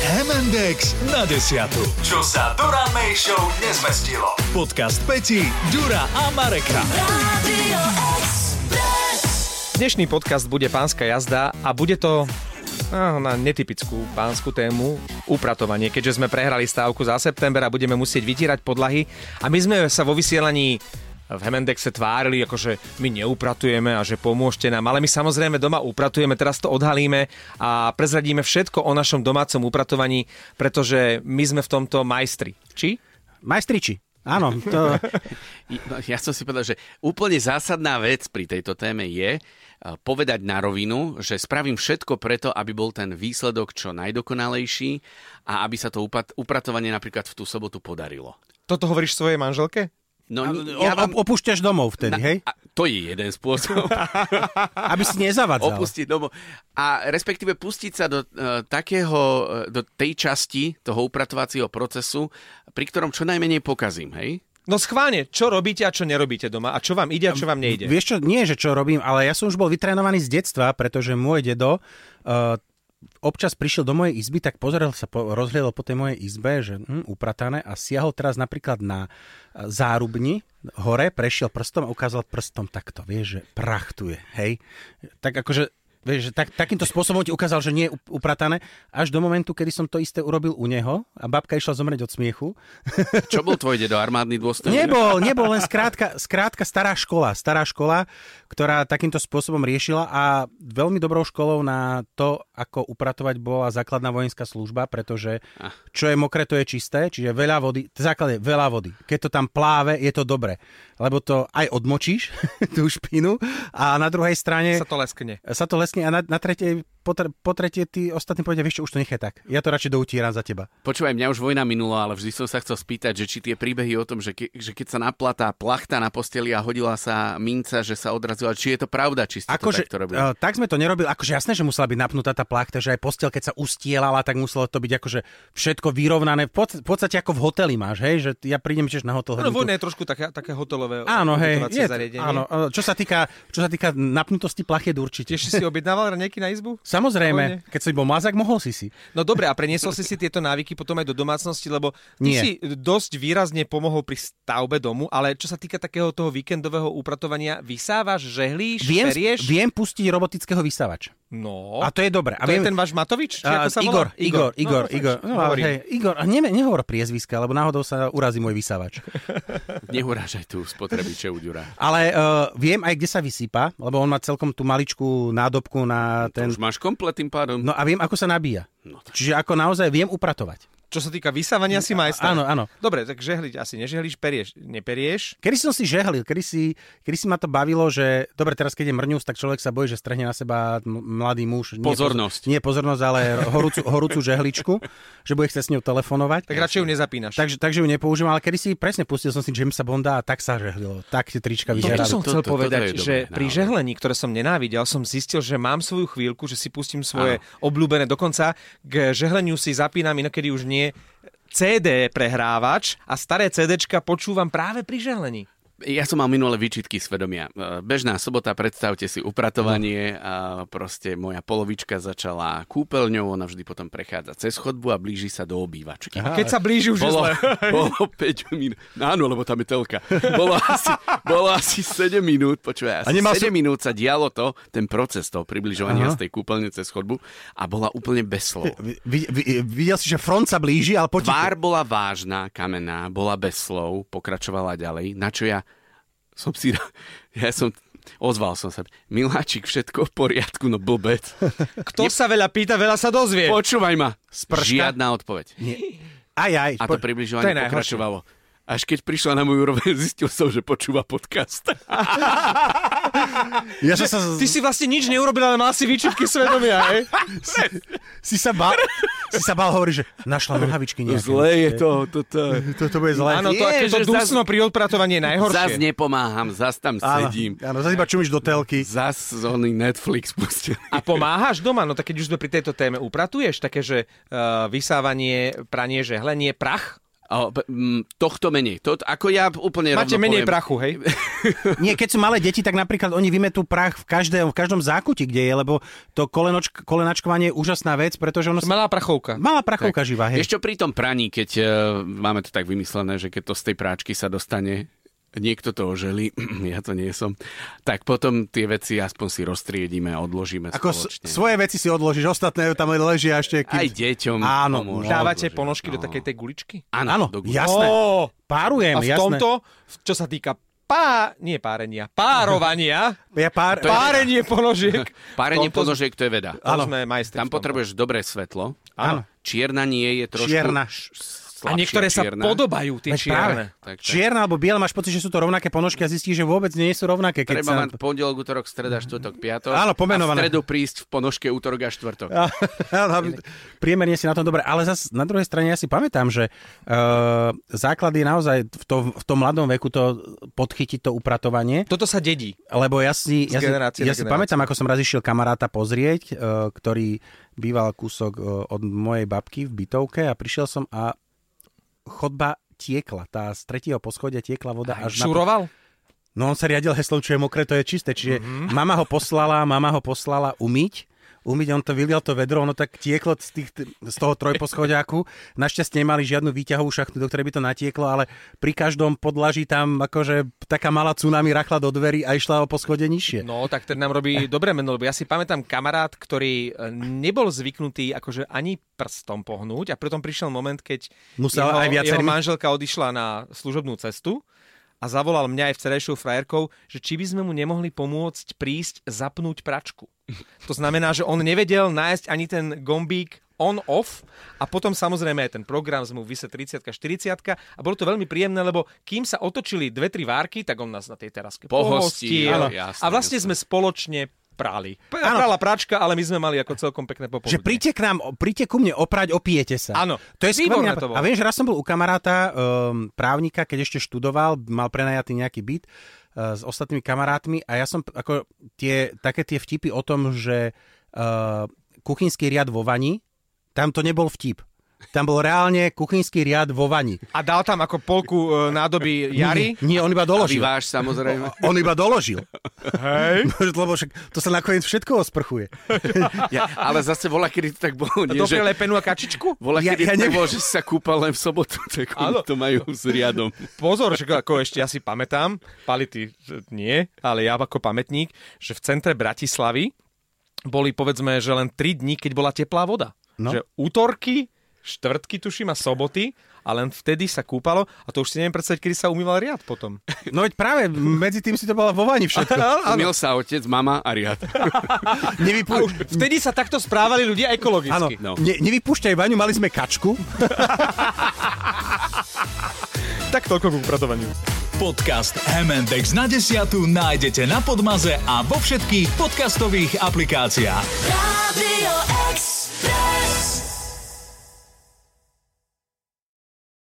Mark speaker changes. Speaker 1: Index na desiatu. Čo sa Dura May Show nezmestilo. Podcast Peti, Dura a Mareka.
Speaker 2: Radio Express.
Speaker 3: Dnešný podcast bude pánska jazda a bude to á, na netypickú pánsku tému upratovanie, keďže sme prehrali stávku za september a budeme musieť vytírať podlahy. A my sme sa vo vysielaní v Hemendexe tvárili, akože my neupratujeme a že pomôžte nám, ale my samozrejme doma upratujeme, teraz to odhalíme a prezradíme všetko o našom domácom upratovaní, pretože my sme v tomto majstri. Či?
Speaker 4: Majstriči. Áno, to,
Speaker 5: No, Ja som si povedal, že úplne zásadná vec pri tejto téme je eh, povedať na rovinu, že spravím všetko preto, aby bol ten výsledok čo najdokonalejší a aby sa to upat- upratovanie napríklad v tú sobotu podarilo.
Speaker 3: Toto hovoríš svojej manželke?
Speaker 5: No, n-
Speaker 4: ja vám... opúšťaš domov vtedy, hej?
Speaker 5: a to je jeden spôsob
Speaker 4: Aby si nezavadzal.
Speaker 5: opustiť domov. A respektíve pustiť sa do, eh, takého, eh, do tej časti toho upratovacieho procesu, pri ktorom čo najmenej pokazím, hej?
Speaker 3: No schválne, čo robíte a čo nerobíte doma a čo vám ide a čo vám nejde.
Speaker 4: Vieš čo, nie že čo robím, ale ja som už bol vytrénovaný z detstva, pretože môj dedo uh, občas prišiel do mojej izby, tak pozrel sa, po, rozhliadol po tej mojej izbe, že hm, upratané a siahol teraz napríklad na eh, zárubni hore, prešiel prstom a ukázal prstom takto, vieš, že prach tu je, hej. Tak akože Vieš, že tak, takýmto spôsobom ti ukázal, že nie je up- upratané, až do momentu, kedy som to isté urobil u neho a babka išla zomrieť od smiechu.
Speaker 5: Čo bol tvoj dedo, armádny dôstojník?
Speaker 4: Nebol, nebol, len skrátka, skrátka stará škola, stará škola, ktorá takýmto spôsobom riešila a veľmi dobrou školou na to, ako upratovať bola základná vojenská služba, pretože
Speaker 3: Ah.
Speaker 4: čo je mokré, to je čisté, čiže veľa vody, základ je veľa vody. Keď to tam pláve, je to dobre, lebo to aj odmočíš, tú špinu a na druhej strane
Speaker 3: Sa to leskne.
Speaker 4: sa to lesne a na, na tretej, po, tre- po tretie tí ostatní povedia, vieš čo, už to nechaj tak. Ja to radšej doutíram za teba.
Speaker 5: Počúvaj, mňa už vojna minula, ale vždy som sa chcel spýtať, že či tie príbehy o tom, že, ke, že keď sa naplatá plachta na posteli a hodila sa minca, že sa odrazila, či je to pravda, či ste to
Speaker 4: Akože,
Speaker 5: takto robili.
Speaker 4: eh, tak sme to nerobili, akože jasné, že musela byť napnutá tá plachta, že aj postel, keď sa ustielala, tak muselo to byť akože všetko vyrovnané. V pod- v podstate ako v hoteli máš, hej, že ja prídem tiež na hotel.
Speaker 3: Áno,
Speaker 4: hrdím tu-
Speaker 3: vojna je trošku také, také hotelové
Speaker 4: Áno, hej,
Speaker 3: ubytovacie
Speaker 4: je,
Speaker 3: zariadenie.
Speaker 4: áno, eh, čo sa týka, čo sa týka napnutosti plachiet určite.
Speaker 3: Tiež si si objednával raňajky na izbu?
Speaker 4: Samozrejme, keď si bol mazák, mohol si si.
Speaker 3: No dobre, a preniesol si si tieto návyky potom aj do domácnosti, lebo ty
Speaker 4: Nie.
Speaker 3: si dosť výrazne pomohol pri stavbe domu, ale čo sa týka takého toho víkendového upratovania, vysávaš, žehlíš,
Speaker 4: Viem,
Speaker 3: perieš?
Speaker 4: viem pustiť robotického vysavača.
Speaker 3: No,
Speaker 4: A to je dobre. A
Speaker 3: to je
Speaker 4: viem,
Speaker 3: ten váš Matovič? Či ako
Speaker 4: A,
Speaker 3: sa
Speaker 4: Igor,
Speaker 3: volá?
Speaker 4: Igor, Igor,
Speaker 3: no,
Speaker 4: Igor. No, ale
Speaker 3: hovorím.
Speaker 4: hej, Igor, a ne, nehovor priezviska, lebo náhodou sa urazí môj vysávač.
Speaker 5: Neurážaj tu spotrebiče Uďura.
Speaker 4: Ale uh, viem aj, kde sa vysýpa, lebo on má celkom tú maličkú nádobku na ten...
Speaker 5: No Už máš komplet tým pádom.
Speaker 4: No a viem, ako sa nabíja.
Speaker 5: No tak.
Speaker 4: Čiže ako naozaj viem upratovať.
Speaker 3: Čo sa týka vysávania, si majster.
Speaker 4: Áno, áno.
Speaker 3: Dobre, tak žehliť asi nežehliš, perieš, neperieš.
Speaker 4: Kedy som si žehlil, kedy si, kedy si ma to bavilo, že dobre, teraz keď je mrňus, tak človek sa bojí, že strhne na seba m- mladý muž. Nie
Speaker 5: Pozornosť.
Speaker 4: Pozor, nie pozornosť, ale horúcu, horúcu žehličku, že bude chcieť s ňou telefonovať.
Speaker 3: Tak radšej ju nezapínaš.
Speaker 4: Takže, takže ju nepoužívam, ale kedy si presne pustil som si Jamesa Bonda a tak sa žehlilo. Tak tie trička
Speaker 3: To,
Speaker 4: vyzerali.
Speaker 3: čo som
Speaker 5: No, to-
Speaker 3: chcel
Speaker 5: to- toto
Speaker 3: povedať,
Speaker 5: je dobré, no.
Speaker 3: že pri
Speaker 5: naozaj.
Speaker 3: žehlení, ktoré som nenávidel, som zistil, že mám svoju chvíľku, že si pustím svoje obľúbené. Dokonca k žehleniu si zapínam, inokedy už nie, CD prehrávač a staré CDčka počúvam práve pri žehlení.
Speaker 5: Ja som mal minulé výčitky svedomia. E, Bežná sobota, predstavte si upratovanie
Speaker 4: No.
Speaker 5: a proste moja polovička začala kúpeľňou, ona vždy potom prechádza cez chodbu a blíži sa do obývačky. Aha,
Speaker 3: Keď sa blíži už je
Speaker 5: bolo,
Speaker 3: zle.
Speaker 5: bolo 5 minút. No áno, lebo tam je telka. Bolo asi, bolo asi 7 minút, počúvaj, asi 7 som... minút sa dialo to, ten proces toho
Speaker 4: Aha.
Speaker 5: približovania z tej kúpeľne cez chodbu a bola úplne bez slov.
Speaker 4: Vy- vy- vy- Videl si, že front sa blíži, ale potichu.
Speaker 5: Tvár bola vážna, kamená, bola bez slov, pokračovala ďalej, na čo ja som si... Ja som... Ozval som sa. Miláčik, všetko v poriadku, no blbec.
Speaker 3: Kto sa veľa pýta, veľa sa dozvie.
Speaker 5: Počúvaj ma.
Speaker 4: Sprška?
Speaker 5: Žiadna odpoveď.
Speaker 4: Aj, aj.
Speaker 5: A to
Speaker 4: po-
Speaker 3: to
Speaker 5: približovanie
Speaker 3: je najhoršie.
Speaker 5: pokračovalo. Až keď prišla na môj úroveň, zistil som, že počúva podcast.
Speaker 4: Ja som sa...
Speaker 3: Ty si vlastne nič neurobil, ale mal si výčitky svedomia, hej?
Speaker 4: si sa bál, si sa bál hovorí, že našla nohavičky nejaké.
Speaker 5: Zlé je to. Toto.
Speaker 4: To, to bude zlé.
Speaker 3: Áno, to,
Speaker 5: Nie,
Speaker 3: aké to
Speaker 5: že zas-
Speaker 3: dusno pri odpratovaní je
Speaker 5: Zas
Speaker 3: najhoršie.
Speaker 5: nepomáham, zas
Speaker 4: áno,
Speaker 5: tam sedím.
Speaker 4: Áno, zase iba čumíš do telky.
Speaker 5: Zas oný Netflix pustil.
Speaker 3: A pomáhaš doma? No tak keď už sme pri tejto téme, upratuješ také, že uh, vysávanie, pranie, eh, žehlenie, prach?
Speaker 5: A, p- m, tohto menej. To, ako ja úplne
Speaker 3: Máte
Speaker 5: rovno
Speaker 3: menej
Speaker 5: poviem,
Speaker 3: prachu, hej?
Speaker 4: Nie, keď sú malé deti, tak napríklad oni vymetú prach v, každém, v každom zákuti, kde je, lebo to kolenoč, kolenačkovanie je úžasná vec, pretože ono...
Speaker 3: Malá
Speaker 4: Malá,
Speaker 3: prachovka.
Speaker 4: malá prachovka živá, hej.
Speaker 5: Ešte pri tom praní, keď uh, máme to tak vymyslené, že keď to z tej práčky sa dostane, niekto to oželí, ja to nie som, tak potom tie veci aspoň si roztriedíme a odložíme
Speaker 4: Ako s-
Speaker 5: spoločne.
Speaker 4: svoje veci si odložíš, ostatné tam ležia ešte... Kým...
Speaker 5: Aj deťom
Speaker 4: Áno,
Speaker 5: pomôže.
Speaker 4: dá-
Speaker 3: Dávate
Speaker 5: odložia,
Speaker 3: ponožky do
Speaker 5: no.
Speaker 3: takej tej guličky?
Speaker 4: áno,
Speaker 5: do guľa.
Speaker 4: jasné.
Speaker 3: Ó,
Speaker 4: Párujem,
Speaker 3: a v
Speaker 4: jasné.
Speaker 3: tomto, čo sa týka pá... Nie párenia, párovania,
Speaker 4: Ja pár... pár...
Speaker 3: párenie ponožiek. v
Speaker 5: Párenie
Speaker 3: tomto-
Speaker 5: ponožiek, to je veda.
Speaker 3: To
Speaker 4: Áno.
Speaker 3: sme majstri.
Speaker 5: Tam
Speaker 3: v tomto.
Speaker 5: potrebuješ dobré svetlo.
Speaker 4: Áno.
Speaker 5: Čierna nie je trošku...
Speaker 4: Čierna.
Speaker 5: š-
Speaker 3: A
Speaker 5: slabšia
Speaker 3: niektoré sa
Speaker 5: čierna.
Speaker 3: podobajú, tie
Speaker 4: Veď práve.
Speaker 3: čierne.
Speaker 5: Tak, tak.
Speaker 4: Čierna alebo biela, máš pocit, že sú to rovnaké ponožky a zistíš, že vôbec nie sú rovnaké. Keď
Speaker 5: Treba
Speaker 4: sa...
Speaker 5: mať pondelok, útorok, streda, štvrtok, piatok.
Speaker 4: Áno,
Speaker 5: A
Speaker 4: pomenované.
Speaker 5: v stredu prísť v ponožke útorok a štvrtok.
Speaker 4: Áno, aby- Priemerne si na tom dobre, ale zas na druhej strane ja si pamätám, že uh, základ je naozaj v, to, v tom mladom veku to podchytiť to upratovanie,
Speaker 3: Toto sa dedí.
Speaker 4: lebo ja si, ja si,
Speaker 3: generácie na
Speaker 4: ja si
Speaker 3: generáciu.
Speaker 4: pamätám, ako som raz išiel kamaráta pozrieť, uh, ktorý býval kúsok uh, od mojej babky v bytovke a prišiel som a chodba tiekla, tá z tretieho poschodia tiekla voda až na
Speaker 3: Šuroval?
Speaker 4: No on sa riadil heslom, čo je mokré, to je čisté. Čiže mm-hmm. mama ho poslala, mama ho poslala umyť. Umyť, on to vylial to vedro, ono tak tieklo z, tých, z toho trojposchodiaku. Našťastie nemali žiadnu výťahovú šachtu, do ktorej by to natieklo, ale pri každom podlaží tam akože taká malá tsunami rachla do dverí a išla o poschode nižšie.
Speaker 3: No, tak ten nám robí dobré meno, lebo ja si pamätám kamarát, ktorý e, nebol zvyknutý akože ani prstom pohnúť a pritom prišiel moment, keď
Speaker 4: Musel
Speaker 3: jeho,
Speaker 4: aj
Speaker 3: jeho
Speaker 4: viacerými-
Speaker 3: manželka odišla na služobnú cestu a zavolal mňa aj vcerejšou frajerkou, že či by sme mu nemohli pomôcť prísť zapnúť pračku. To znamená, že on nevedel nájsť ani ten gombík on-off a potom samozrejme aj ten program z mu vyse 30 40 a bolo to veľmi príjemné, lebo kým sa otočili dve, tri várky, tak on nás na tej teraske
Speaker 5: Pohostil,
Speaker 3: pohostil.
Speaker 5: jasné,
Speaker 3: a vlastne
Speaker 5: jasné.
Speaker 3: sme spoločne prali. Áno. Prala práčka, ale my sme mali ako celkom pekné popoludne.
Speaker 4: Že príďte k nám, príďte ku mne oprať, opijete sa.
Speaker 3: Áno.
Speaker 4: To je skvelý
Speaker 3: Výborné
Speaker 4: nápad.
Speaker 3: to bolo.
Speaker 4: A viem, že raz som bol u kamaráta, um, právnika, keď ešte študoval, mal prenajatý nejaký byt uh, s ostatnými kamarátmi a ja som p- ako tie, také tie vtipy o tom, že uh, kuchynský riad vo vani, tam to nebol vtip. Tam bol reálne kuchynský riad vo vani.
Speaker 3: A dal tam ako polku e, nádoby jary.
Speaker 4: Nie, on iba
Speaker 5: A
Speaker 4: doložil.
Speaker 5: vyváš samozrejme.
Speaker 4: On iba doložil. Hej. Lebo však to sa nakoniec všetko osprchuje.
Speaker 5: Ja, ale zase volá, kedy to tak bolo. Nie, že,
Speaker 3: Doprele penu a kačičku?
Speaker 5: volá,
Speaker 4: Ja-
Speaker 5: kedy
Speaker 4: ja
Speaker 5: ja,
Speaker 4: neviem.
Speaker 5: ja že si sa kúpal len v sobotu. Tak
Speaker 3: Áno.
Speaker 5: oni to majú s riadom.
Speaker 3: Pozor, že ako ešte ja si pamätám, Pality že nie, ale ja ako pamätník, že v centre Bratislavy boli povedzme, že len 3 dní, keď bola teplá voda.
Speaker 4: No.
Speaker 3: No. Že útorky, štvrtky tuším a soboty a len vtedy sa kúpalo a to už si neviem predstaviť, kedy sa umýval riad potom.
Speaker 4: No veď práve medzi tým si to bola vo vani všetko.
Speaker 5: Umiel sa otec, mama a riad.
Speaker 3: A už vtedy sa takto správali ľudia ekologicky.
Speaker 4: Áno,
Speaker 5: No.
Speaker 4: ne, nevypúšťaj vaňu, mali sme kačku.
Speaker 3: Tak toľko k upratovaniu.
Speaker 1: Podcast MNDX na desiatu nájdete na Podmaze a vo všetkých podcastových aplikáciách.
Speaker 2: Radio